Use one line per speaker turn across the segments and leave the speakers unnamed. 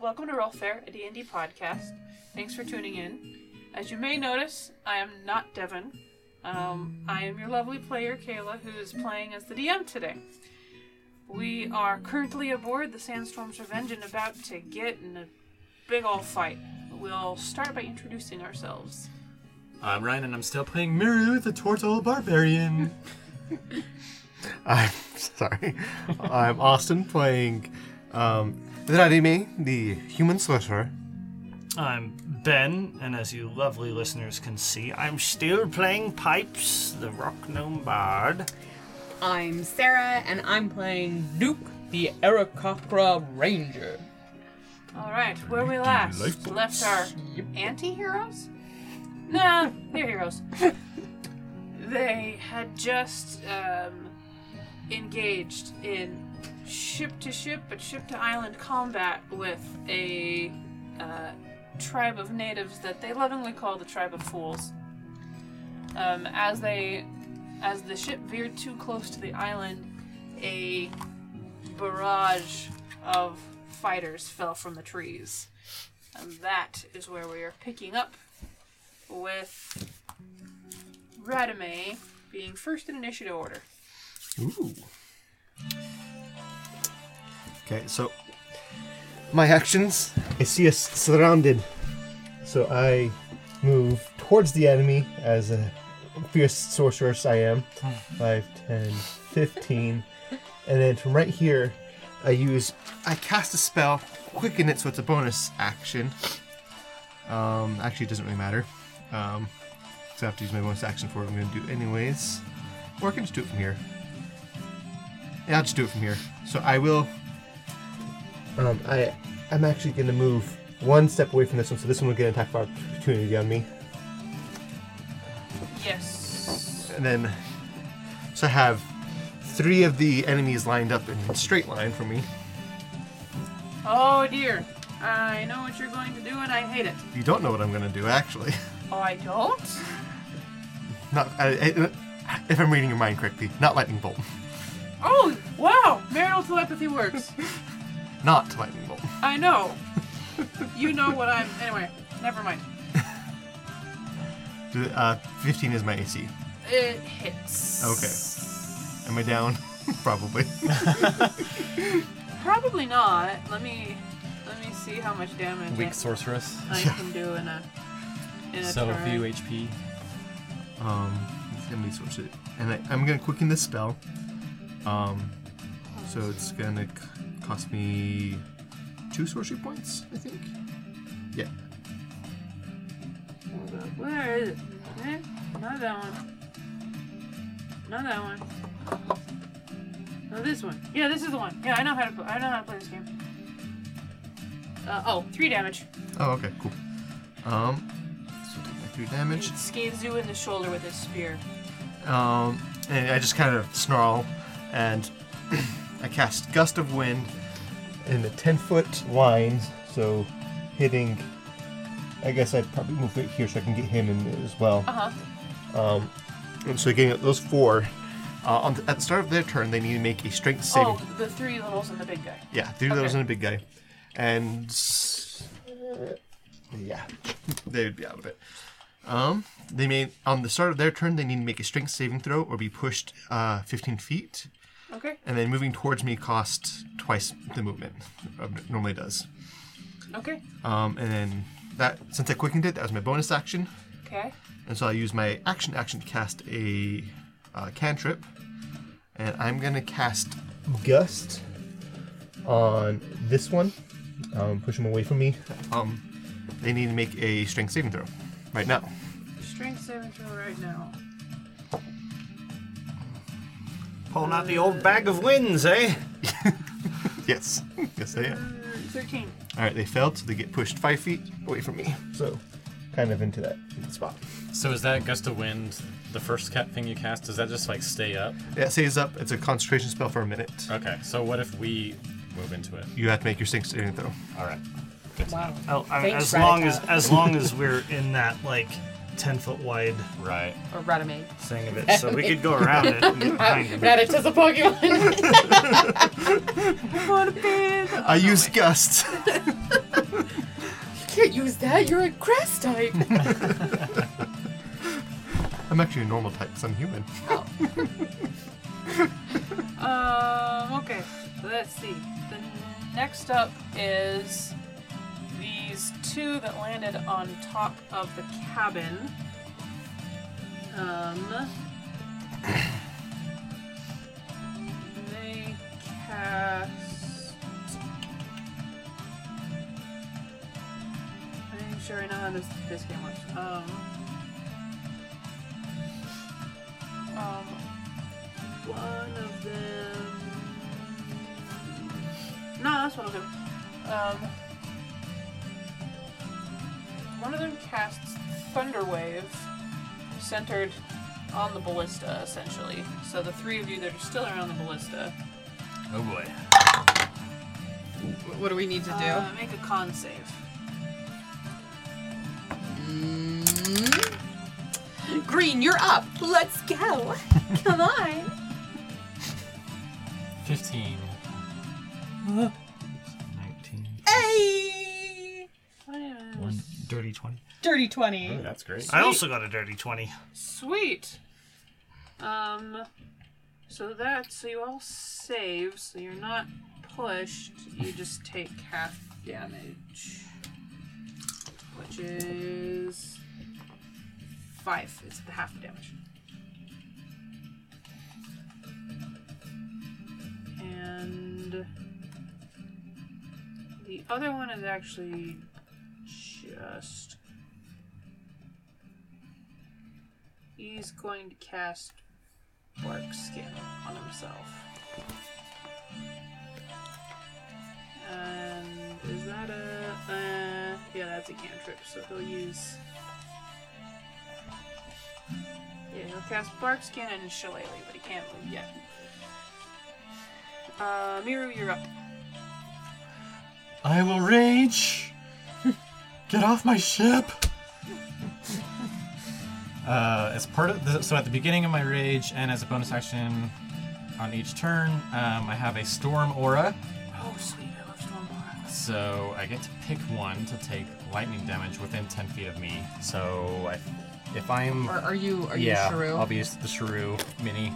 Welcome to Roll Fair, a D&D podcast. Thanks for tuning in. As you may notice, I am not Devin. Um, I am your lovely player, Kayla, who is playing as the DM today. We are currently aboard the Sandstorm's Revenge and about to get in a big ol' fight. We'll start by introducing ourselves.
I'm Ryan, and I'm still playing Miru, the Tortle Barbarian.
I'm sorry. I'm Austin playing um, Radime, the human sorcerer.
I'm Ben, and as you lovely listeners can see, I'm still playing Pipes, the rock gnome bard.
I'm Sarah, and I'm playing Duke, the Aarakocra Ranger.
All right, where we last left our anti-heroes? Nah, they're heroes. they had just um, engaged in ship-to-ship, but ship-to-island combat with a uh, tribe of natives that they lovingly call the tribe of fools. Um, as they, as the ship veered too close to the island, a barrage of fighters fell from the trees. And that is where we are picking up with Radame being first in initiative order.
Ooh. Okay, so my actions. I see us surrounded, so I move towards the enemy as a fierce sorceress I am. 5, 10, 15. and then from right here, I use. I cast a spell, quicken it, so it's a bonus action. Um, actually, it doesn't really matter. Um, so I have to use my bonus action for what I'm going to do, anyways. Or I can just do it from here. Yeah, I'll just do it from here. So I will um, I I'm actually gonna move one step away from this one, so this one will get an attack of opportunity on me.
Yes.
And then so I have three of the enemies lined up in a straight line for me.
Oh dear. I know what you're going to do and I hate it.
You don't know what I'm gonna do actually.
Oh, I don't?
Not I, I, if I'm reading your mind correctly. Not lightning bolt.
Oh, wow. Marital telepathy works.
Not lightning bolt.
I know. You know what I'm. Anyway, never mind.
Uh, 15 is my AC.
It hits.
Okay. Am I down? Probably.
Probably not. Let me. Let me see how much damage I,
Weak sorceress.
I can do in a. In a
So
turn.
few HP.
Um, it's gonna be sorcery, and I, I'm gonna quicken this spell. Um, so it's gonna c- cost me two sorcery points, I think. Yeah.
Where is it? Eh, Not that one. Not that one. No, this one. Yeah, this is the one. Yeah, I know how to. pl- I know how to play this game. Uh, oh, three damage.
Oh, okay, cool. Um, so take my three damage.
He scathes you in the shoulder with his spear.
Um, and I just kind of snarl, and I cast gust of wind in the ten foot line, so hitting. I guess I'd probably move it here so I can get him in as well.
Uh huh.
And so again, those four, uh, on the, at the start of their turn, they need to make a strength saving.
Oh, the three littles and the big guy.
Yeah, three of
okay.
those and a big guy, and s- yeah, they would be out of it. Um, they may on the start of their turn, they need to make a strength saving throw or be pushed uh, 15 feet,
Okay.
and then moving towards me costs twice the movement uh, normally does.
Okay.
Um, and then that since I quickened it, that was my bonus action.
Okay.
And so I use my action action to cast a uh, cantrip. And I'm going to cast Gust on this one. Um, push him away from me. Um, they need to make a strength saving throw right now.
Strength saving throw right now.
Pulling out the old bag of winds, eh?
Yes. yes, they are.
Thirteen.
All right, they failed, so they get pushed five feet away from me. So, kind of into that spot.
So is that gust of wind the first ca- thing you cast? Does that just like stay up?
Yeah, it stays up. It's a concentration spell for a minute.
Okay. So what if we move into it?
You have to make your strength saving throw.
All right.
Wow.
Oh, I mean,
Thanks,
as long as
Radata.
as long as we're in that like ten foot wide
Right.
Or Radame.
thing of it, so we could go around it and get behind him.
Raditz is a Pokemon.
Come on, Ben.
Oh,
I use Gust.
can't use that. You're a grass type.
I'm actually a normal type because I'm human.
Um, okay, let's see. The next up is these two that landed on top of the cabin. Um, they cast. I'm sure I know how this, this game works. Um, um, one of them. No, that's one of them. Um, one of them casts Thunder Wave, centered on the ballista, essentially. So the three of you that are still around the ballista,
Oh boy.
what do we need to do?
uh, make a con save.
Mm. Green, you're up. Let's go. Come on.
15.
19.
Hey.
One dirty 20.
Dirty twenty.
That's great.
I also got a dirty 20.
Sweet. Um, so that so you all save, so you're not pushed. You just take half damage, which is five. It's the half damage. And the other one is actually just He's going to cast Bark Skin on himself. And is that a. Uh, yeah, that's a cantrip, so he'll use. Yeah, he'll cast Bark Skin and Shillelagh, but he can't move yet. Uh, Miru, you're up.
I will rage. Get off my ship. Uh, as part of the, so at the beginning of my rage and as a bonus action on each turn, um, I have a storm aura.
Oh, sweet, I love Storm Aura.
So I get to pick one to take lightning damage within 10 feet of me. So I, if I'm
Or are you? Are
yeah,
you Shrew?
I'll be used to the Shrew mini.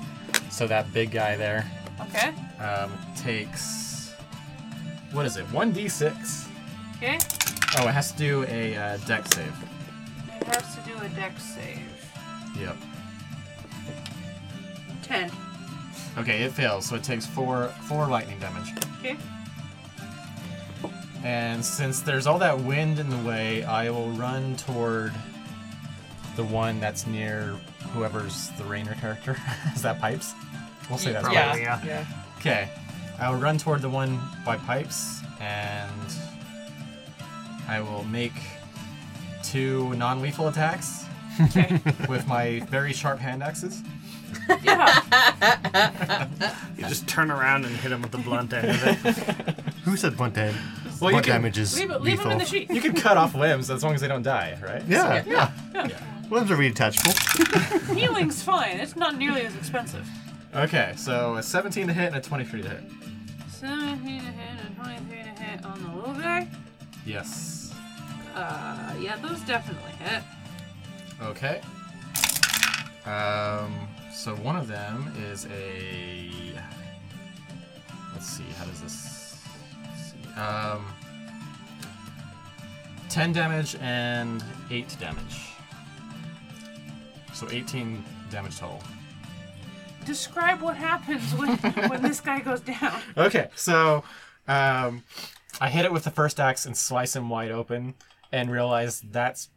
So that big guy there
Okay,
um, takes what is it? 1d6.
okay.
Oh, it has to do a uh, deck save.
It has to do a dex save.
Yep.
10.
Okay, it fails, so it takes four four lightning damage.
Okay.
And since there's all that wind in the way, I will run toward the one that's near whoever's the Rainer character. is that Pipes? We'll say that's
yeah.
Pipes.
yeah.
yeah.
Okay, I will run toward the one by Pipes, and I will make two non-lethal attacks
Okay.
with my very sharp hand axes.
yeah.
You just turn around and hit him with the blunt end of it.
Who said blunt damage?
Well, you
blunt
can-
damage is
Leave, it- leave
lethal.
him in the sheet.
You can cut off limbs as long as they don't die, right?
yeah, yeah, Limbs are reattachable.
Healing's fine. It's not nearly as expensive.
Okay, so a 17 to hit and a 23 to hit.
17 to hit and 23 to hit on the little guy.
Yes.
Uh, yeah, those definitely hit.
Okay. Um, so one of them is a. Let's see. How does this? let's see. Um, ten damage and eight damage. So eighteen damage total.
Describe what happens when, when this guy goes down.
Okay, so um, I hit it with the first axe and slice him wide open, and realize that's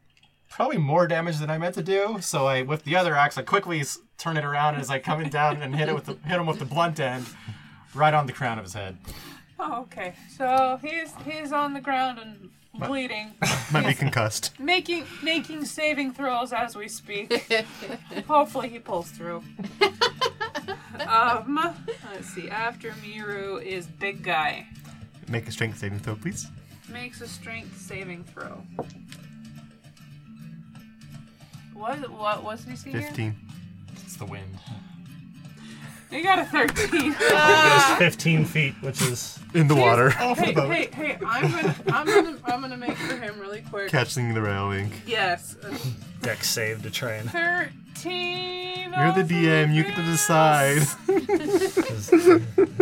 probably more damage than I meant to do. So I, with the other axe, I quickly s- turn it around as I come in down and hit it with the, hit him with the blunt end, right on the crown of his head.
Oh, okay. So he's he's on the ground and bleeding,
Might be concussed.
making making saving throws as we speak. Hopefully he pulls through. um, let's see. After Miru is big guy.
Make a strength saving throw, please.
makes a strength saving throw. What what was he seeing?
Fifteen.
It's the wind.
You got a 13.
Goes 15 feet, which is
in the water,
hey, hey, hey, I'm gonna, I'm gonna, I'm gonna make for him really quick.
catching the railing.
Yes. a
deck save to train.
13.
You're the DM. You get to decide.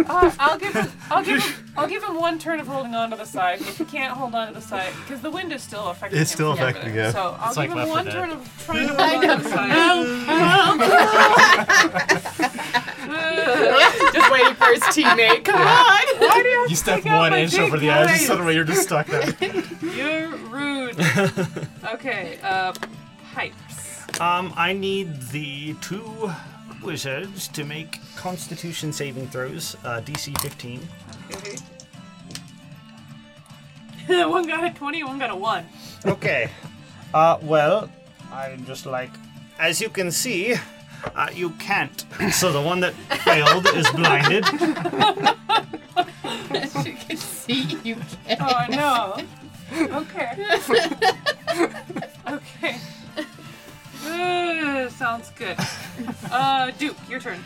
Uh, I'll give him, I'll give him, I'll give him one turn of holding on to the side. If he can't hold on to the side, because the wind is still affecting
It's
him
still
from over
affecting
there.
him.
So I'll
It's like
give him
Left 4
one
Dead.
turn of trying to hold on to the side.
Just waiting for his teammate. Come on.
Why do you have
You
to
step
take out
one
my
inch
big
over the edge, and
guys?
suddenly you're just stuck there.
You're rude. okay, uh, pipes.
Um, I need the two wizards to make Constitution saving throws, uh, DC 15.
Okay. one got a 20, one got a 1.
Okay. Uh, well, I just like, as you can see, uh, you can't. So the one that failed is blinded.
As you can see, you can.
Oh, I know. Okay. okay. Uh, sounds good. Uh, Duke, your turn.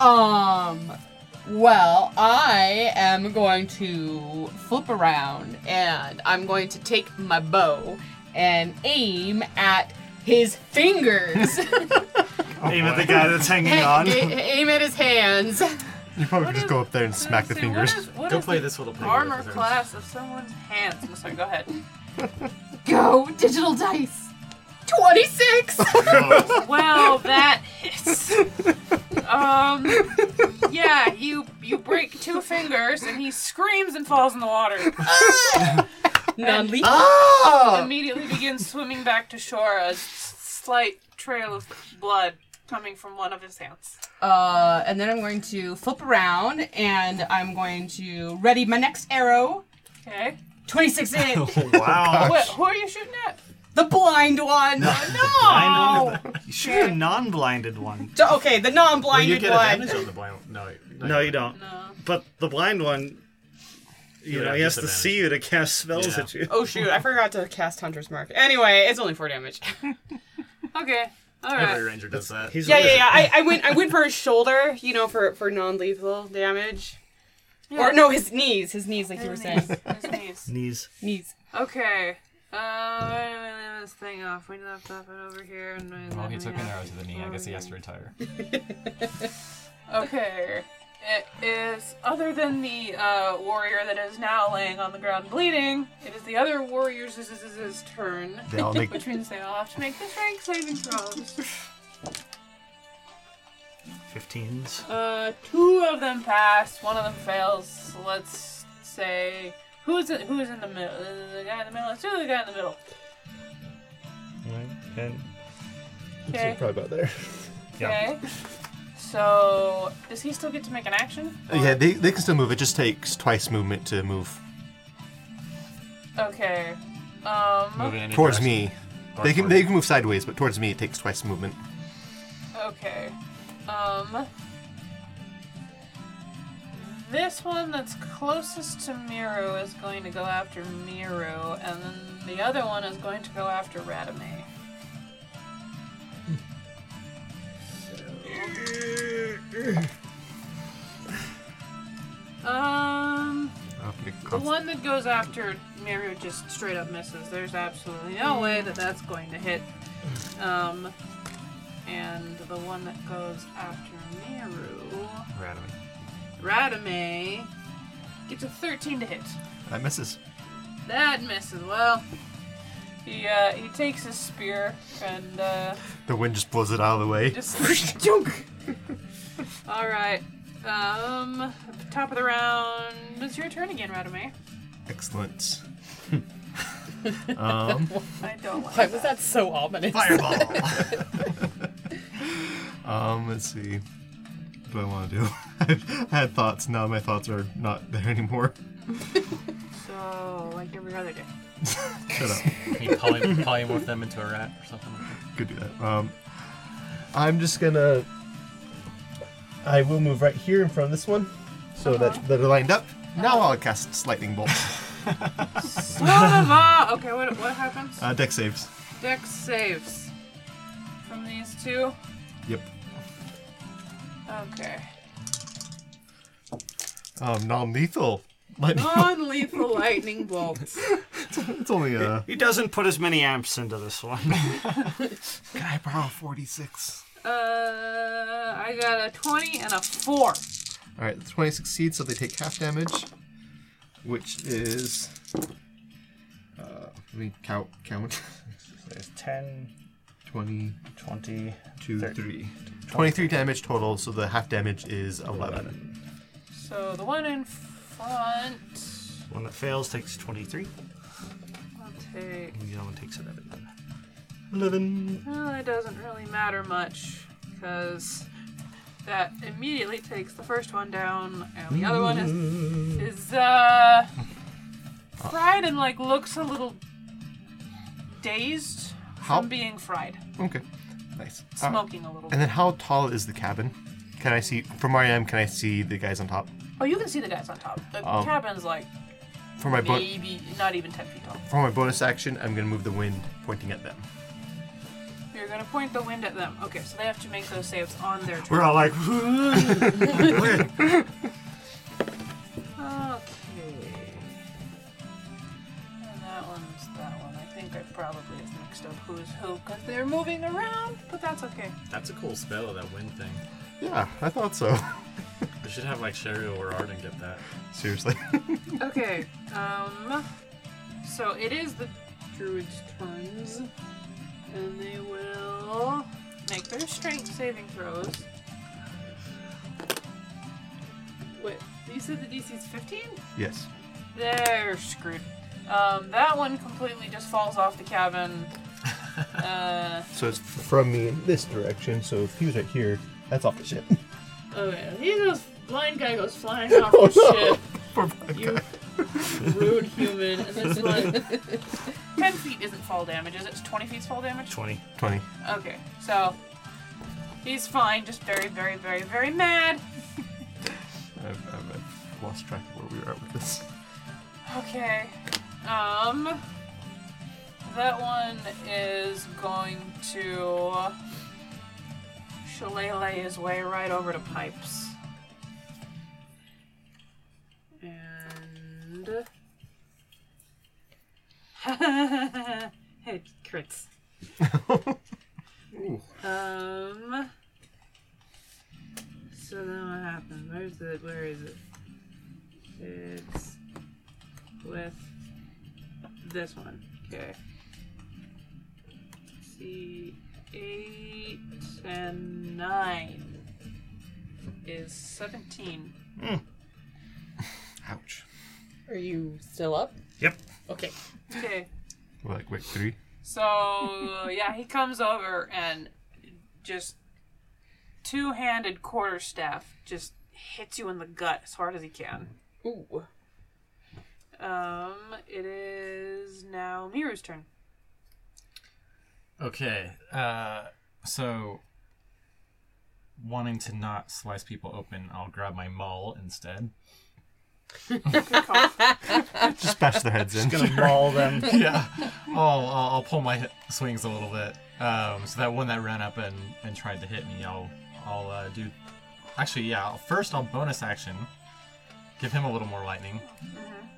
Um, well, I am going to flip around and I'm going to take my bow and aim at his fingers.
Aim at the guy that's hanging on.
aim at his hands.
You probably just
is-
go up there and smack the
Let's see,
fingers.
What is, what
Go
is
play
the
this little thing.
Armor class of someone's hands. I'm sorry, go ahead.
Go, digital dice. 26!
Well, that hits. Um, yeah, you you break two fingers, and he screams and falls in the water.
Uh-huh.
non lethal.
Immediately begins swimming back to shore, a s- slight trail of blood coming from one of his hands.
ah!
Uh, and then I'm going to flip around and I'm going to ready my next arrow.
Okay.
26 in.
Wow.
What, who are you shooting at?
the blind one.
Blind one with the- Shoot a non blinded one.
So, okay, the non blinded one.
on the blind. No,
No, you don't.
No.
But the blind one, you
would
know,
have
he has to
disadvantage.
see you to cast spells
Yeah.
at you.
Oh shoot, I forgot to cast Hunter's Mark. Anyway, it's only four damage.
Okay. All
Every
right.
ranger does that.
He's a
Yeah, yeah,
wizard.
yeah. I, I went I went for his shoulder, you know, for, for non lethal damage. Or no, his knees. His knees, like you were saying.
His knees.
Knees.
Knees.
Okay. Uh, wait a minute, this thing off. We left off it over here. And then
Well, Oh, he took
we
an arrow to the knee. I guess he has to retire.
Okay. It is other than the uh, warrior that is now laying on the ground bleeding. It is the other warrior's z- z- z- z- turn,
They all make
which means they all have to make the strength saving throws.
15s.
Uh, two of them pass, one of them fails. Let's say who's in, who's in the middle? The guy in the middle. Let's do the guy in the middle.
And
Okay.
Probably about there.
Yeah.
Okay. So does he still get to make an action?
Yeah, they, they can still move. It just takes twice movement to move
Okay. Um.
Move in any
towards
direction.
me. They can they can move sideways, but towards me it takes twice movement.
Okay. Um. This one that's closest to Miro is going to go after Miro, and then the other one is going to go after Radame. So. Um, the one that goes after Miro just straight up misses. There's absolutely no way that that's going to hit. Um, and the one that goes after Miru,
Randomly.
Radame, gets a 13 to hit.
That misses.
That misses. Well, he uh, he takes his spear and uh,
The wind just blows it out of the way.
just All right. Um, top of the round. It's your turn again, Radame.
Excellent. um,
I don't like.
Why was that so ominous?
fireball. um, let's see. What do I want to do? I had thoughts. Now my thoughts are not there anymore.
So like every other day.
Shut up.
He poly- polymorph them into a rat or something.
Could do that. Um, I'm just gonna. I will move right here in front of this one, so that that are lined up. Now I'll cast lightning bolt.
Son of a- Okay. What what happens?
Uh, deck saves.
Dex saves from these two.
Yep.
Okay.
Um, non-lethal. Lightning.
Non-lethal lightning bolts.
it's only uh,
He doesn't put as many amps into this one.
Can I borrow forty-six?
Uh, I got a 20 and a 4.
All right, the twenty succeeds, so they take half damage, which is. Uh, let me count. Count.
10,
Twenty.
20,
two,
Thirty.
three. 23 damage total, so the half damage is 11.
So the one in front
One that fails takes 23.
will take.
And the other one takes 11.
Well, it doesn't really matter much because that immediately takes the first one down, and the other one is is uh fried and like looks a little dazed
How-
from being fried,
Okay. Nice. Uh,
smoking a little.
and then how tall is the cabin? Can I see, from where I am, can I see the guys on top?
Oh, you can see the guys on top. The
Oh.
cabin's like
For my, bo-
maybe not even ten feet tall.
for my bonus action, I'm going to move the wind pointing at them.
You're gonna point the wind at them. Okay, so they have to make those saves on their turn.
We're all like,
Okay. And that one's that one. I think I probably have mixed up who's who because they're moving around, but that's okay.
That's a cool spell, that wind thing.
Yeah, I thought so.
We should have like Sherry or Arden get that.
Seriously.
Okay. Um. So it is the druid's turns, and they will make their strength saving throws. Wait, you said the DC's 15?
yes.
They're screwed. Um, that one completely just falls off the cabin. Uh,
So it's from me in this direction, so if he was right here, that's off the ship.
oh yeah, he goes. Blind guy goes flying off the ship. You rude human. And this one, ten feet isn't fall damage, is it? It's twenty feet's fall damage.
20.
20.
Okay, so he's fine. Just very, very, very, very mad.
I've, I've, I've lost track of where we were at with this.
Okay. Um. That one is going to shillelagh his way right over to pipes. And. it crits. um. So then what happened? Where's it? Where is it? It's with this one. Okay. See, eight and nine is seventeen.
Ouch.
Are you still up?
Yep.
Okay.
Okay.
We're like, wait, three?
So uh, yeah, he comes over and just two-handed quarterstaff just hits you in the gut as hard as he can.
Ooh.
Um, it is now Miru's turn.
Okay. Uh, so, wanting to not slice people open, I'll grab my maul instead.
Just bash their heads in.
Gonna maul them.
yeah. I'll, I'll, I'll pull my hit- swings a little bit. Um, so that one that ran up and, and tried to hit me, I'll I'll uh, do. Actually, yeah. I'll, first, I'll bonus action. Give him a little more lightning.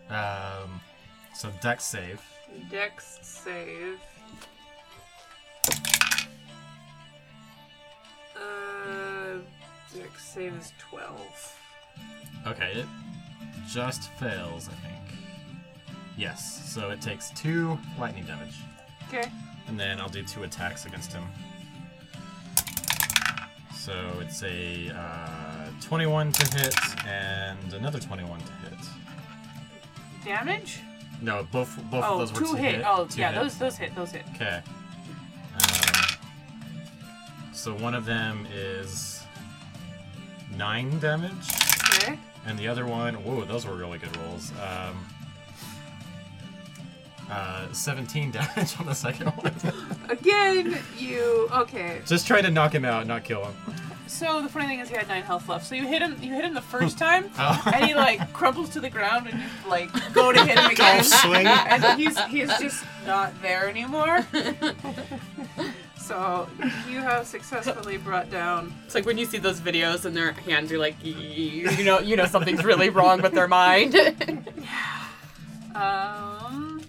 Um, so deck save.
Dex save. Uh, Dex save is 12.
Okay, it just fails, I think. Yes. So it takes two lightning damage,
Okay.
and then I'll do two attacks against him. So it's a uh, 21 to hit and another 21 to hit.
Damage?
No, both both
Oh,
of those
two
were two
hit.
hit.
Oh,
two
yeah,
hit.
those those hit. Those hit.
Okay. Um, so one of them is nine damage,
Okay.
and the other one. Whoa, those were really good rolls. Um, uh, 17 damage on the second one.
Again, you. Okay.
Just trying to knock him out, not kill him.
So the funny thing is, he had nine health left. So you hit him. You hit him the first time,
Oh.
and he like crumples to the ground, and you like go to hit him again.
swing.
and he's he's just not there anymore. So you have successfully brought down.
It's like when you see those videos and their hands are like, you know, you know something's really wrong with their mind.
Um,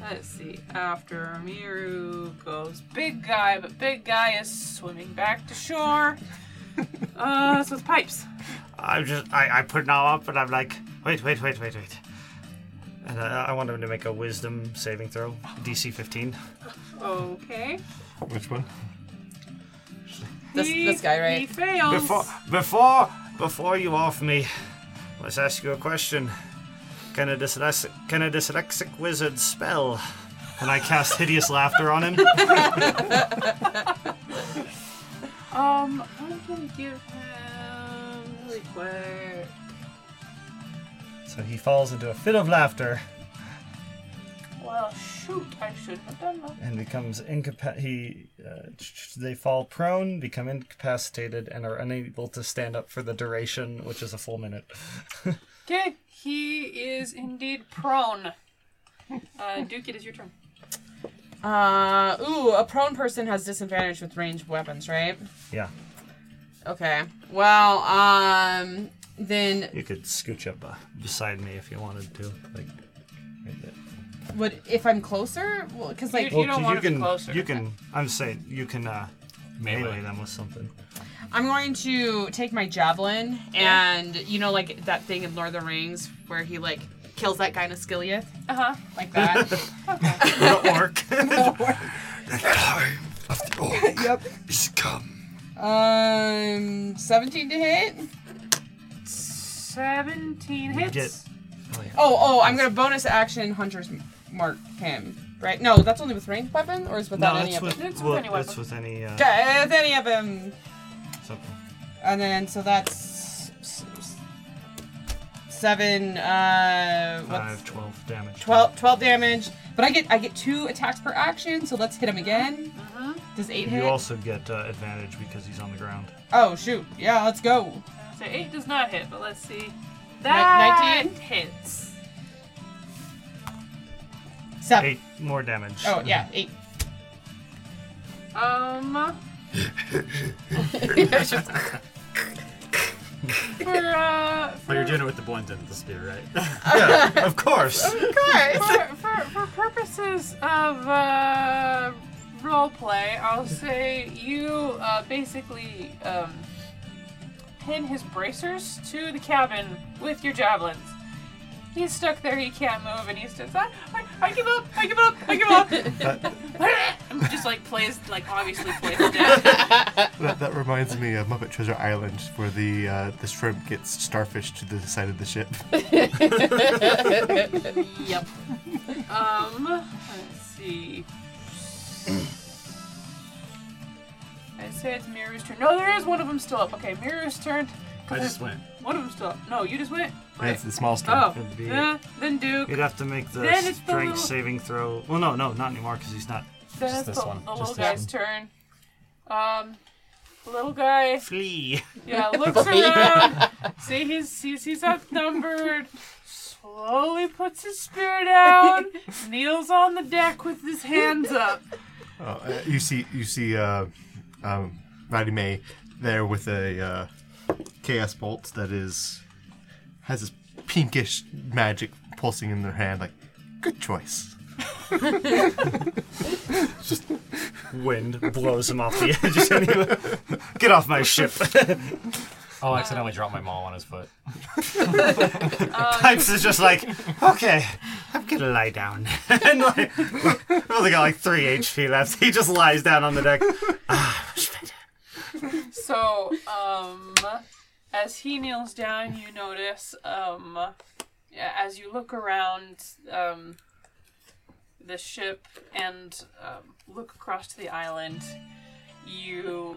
let's see. After Miru goes big guy, but big guy is swimming back to shore. Uh, so it's pipes.
I'm just I, I put now up and I'm like, wait, wait, wait, wait, wait. And I, I want him to make a wisdom saving throw, DC 15.
Okay.
Which one?
This-
He-
this guy, right?
He fails.
Before before before you off me, let's ask you a question. Can a dyslexic can a dyslexic wizard spell? And I cast hideous laughter on him.
Um, I'm gonna give him really quick.
So he falls into a fit of laughter
Well, shoot, I shouldn't have done that.
and becomes incapa He uh, ch- ch- they fall prone, become incapacitated, and are unable to stand up for the duration, which is a full minute.
Okay, he is indeed prone. Uh, Duke, it is your turn.
Uh, ooh, a prone person has disadvantage with ranged weapons, right?
Yeah,
Okay. Well, um, then
you could scooch up uh, beside me if you wanted to. Like, right there.
would if I'm closer? Because like
You- don't
c-
want to be
can,
closer.
You can. I'm saying you can uh, melee. them with something.
I'm going to take my javelin and you know like that thing in Lord of the Rings where he like kills that guy in a skillieth
Uh
Uh-huh.
huh.
like that.
The orc.
yep. Um, 17 to hit.
17 hits.
Get-
Oh, oh, I'm gonna bonus action Hunter's Mark him. Right? No, that's only with ranged weapon, or is without
no,
any
it's
of
with,
them.
It's with
well,
any weapon.
it's with any. Uh,
Okay, with any of them.
something.
And then so that's s- s- seven. Uh, what's
Five, 12 damage.
12, 12 damage. But I get I get two attacks per action, so let's hit him again. Does eight hit?
You also get uh, advantage because he's on the ground.
oh shoot! Yeah, let's go.
So 8 does not hit, but let's see. That
19?
hits.
Seven.
Eight more damage.
Oh yeah, eight.
Um. for, uh,
But
for,
you're doing it with the blunt end of the spear, right?
yeah, of course.
for, for, for purposes of uh, role play, I'll say you uh, basically um, pin his bracers to the cabin with your javelins. He's stuck there. He can't move, and he's just I, I, I give up. I give up. I give up. and just like plays like obviously plays dead.
That, that reminds me of Muppet Treasure Island, where the uh, the shrimp gets starfished to the side of the ship.
Yep.
Um, let's see. I say it's Miru's turn. No, there is one of them still up. Okay, Miru's turn.
I just went.
One of them still. No, you just went.
That's the small shrimp.
Oh,
Could be.
yeah, then Duke.
You'd have to make the
Then it's the
strength
little-
saving throw. Well, no, no, not anymore because he's not.
Then it's
this
the,
one,
the
just
little
this
guy's turn. Um, little guy.
Flee.
Yeah, looks around. See, he's sees he's outnumbered. Slowly puts his spear down. kneels on the deck with his hands up.
Uh, you see, you see, uh, um, Maddie May there with a uh, chaos bolt that is has this pinkish magic pulsing in their hand. Like, good choice.
Wind blows him off the edge. Anyway. Get off my ship.
I'll Oh, accidentally drop my maul on his foot.
Pipes is just like, okay, I'm gonna lie down. and like, we've only got like three HP left. He just lies down on the deck.
So, um, as he kneels down, you notice, um, as you look around, um, the ship and um, look across to the island, you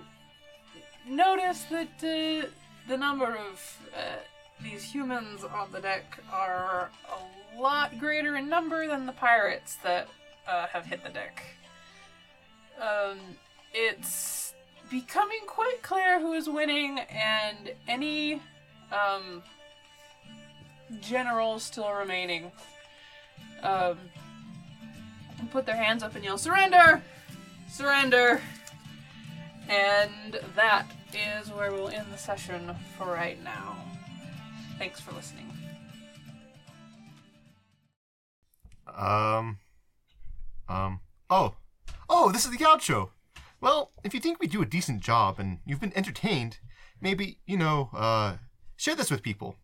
notice that uh, the number of uh, these humans on the deck are a lot greater in number than the pirates that uh, have hit the deck. Um, it's becoming quite clear who is winning, and any um, generals still remaining um, put their hands up and yell, "Surrender! Surrender!" And that is where we'll end the session for right now. Thanks for listening.
Um. Um. Oh. Oh, this is the outro. Well, if you think we do a decent job and you've been entertained, maybe, you know, uh, share this with people.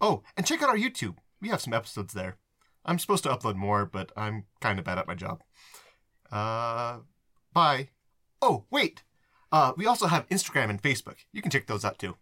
Oh, and check out our YouTube. We have some episodes there. I'm supposed to upload more, but I'm kind of bad at my job. Uh, bye. Oh, wait. Uh, we also have Instagram and Facebook. You can check those out too.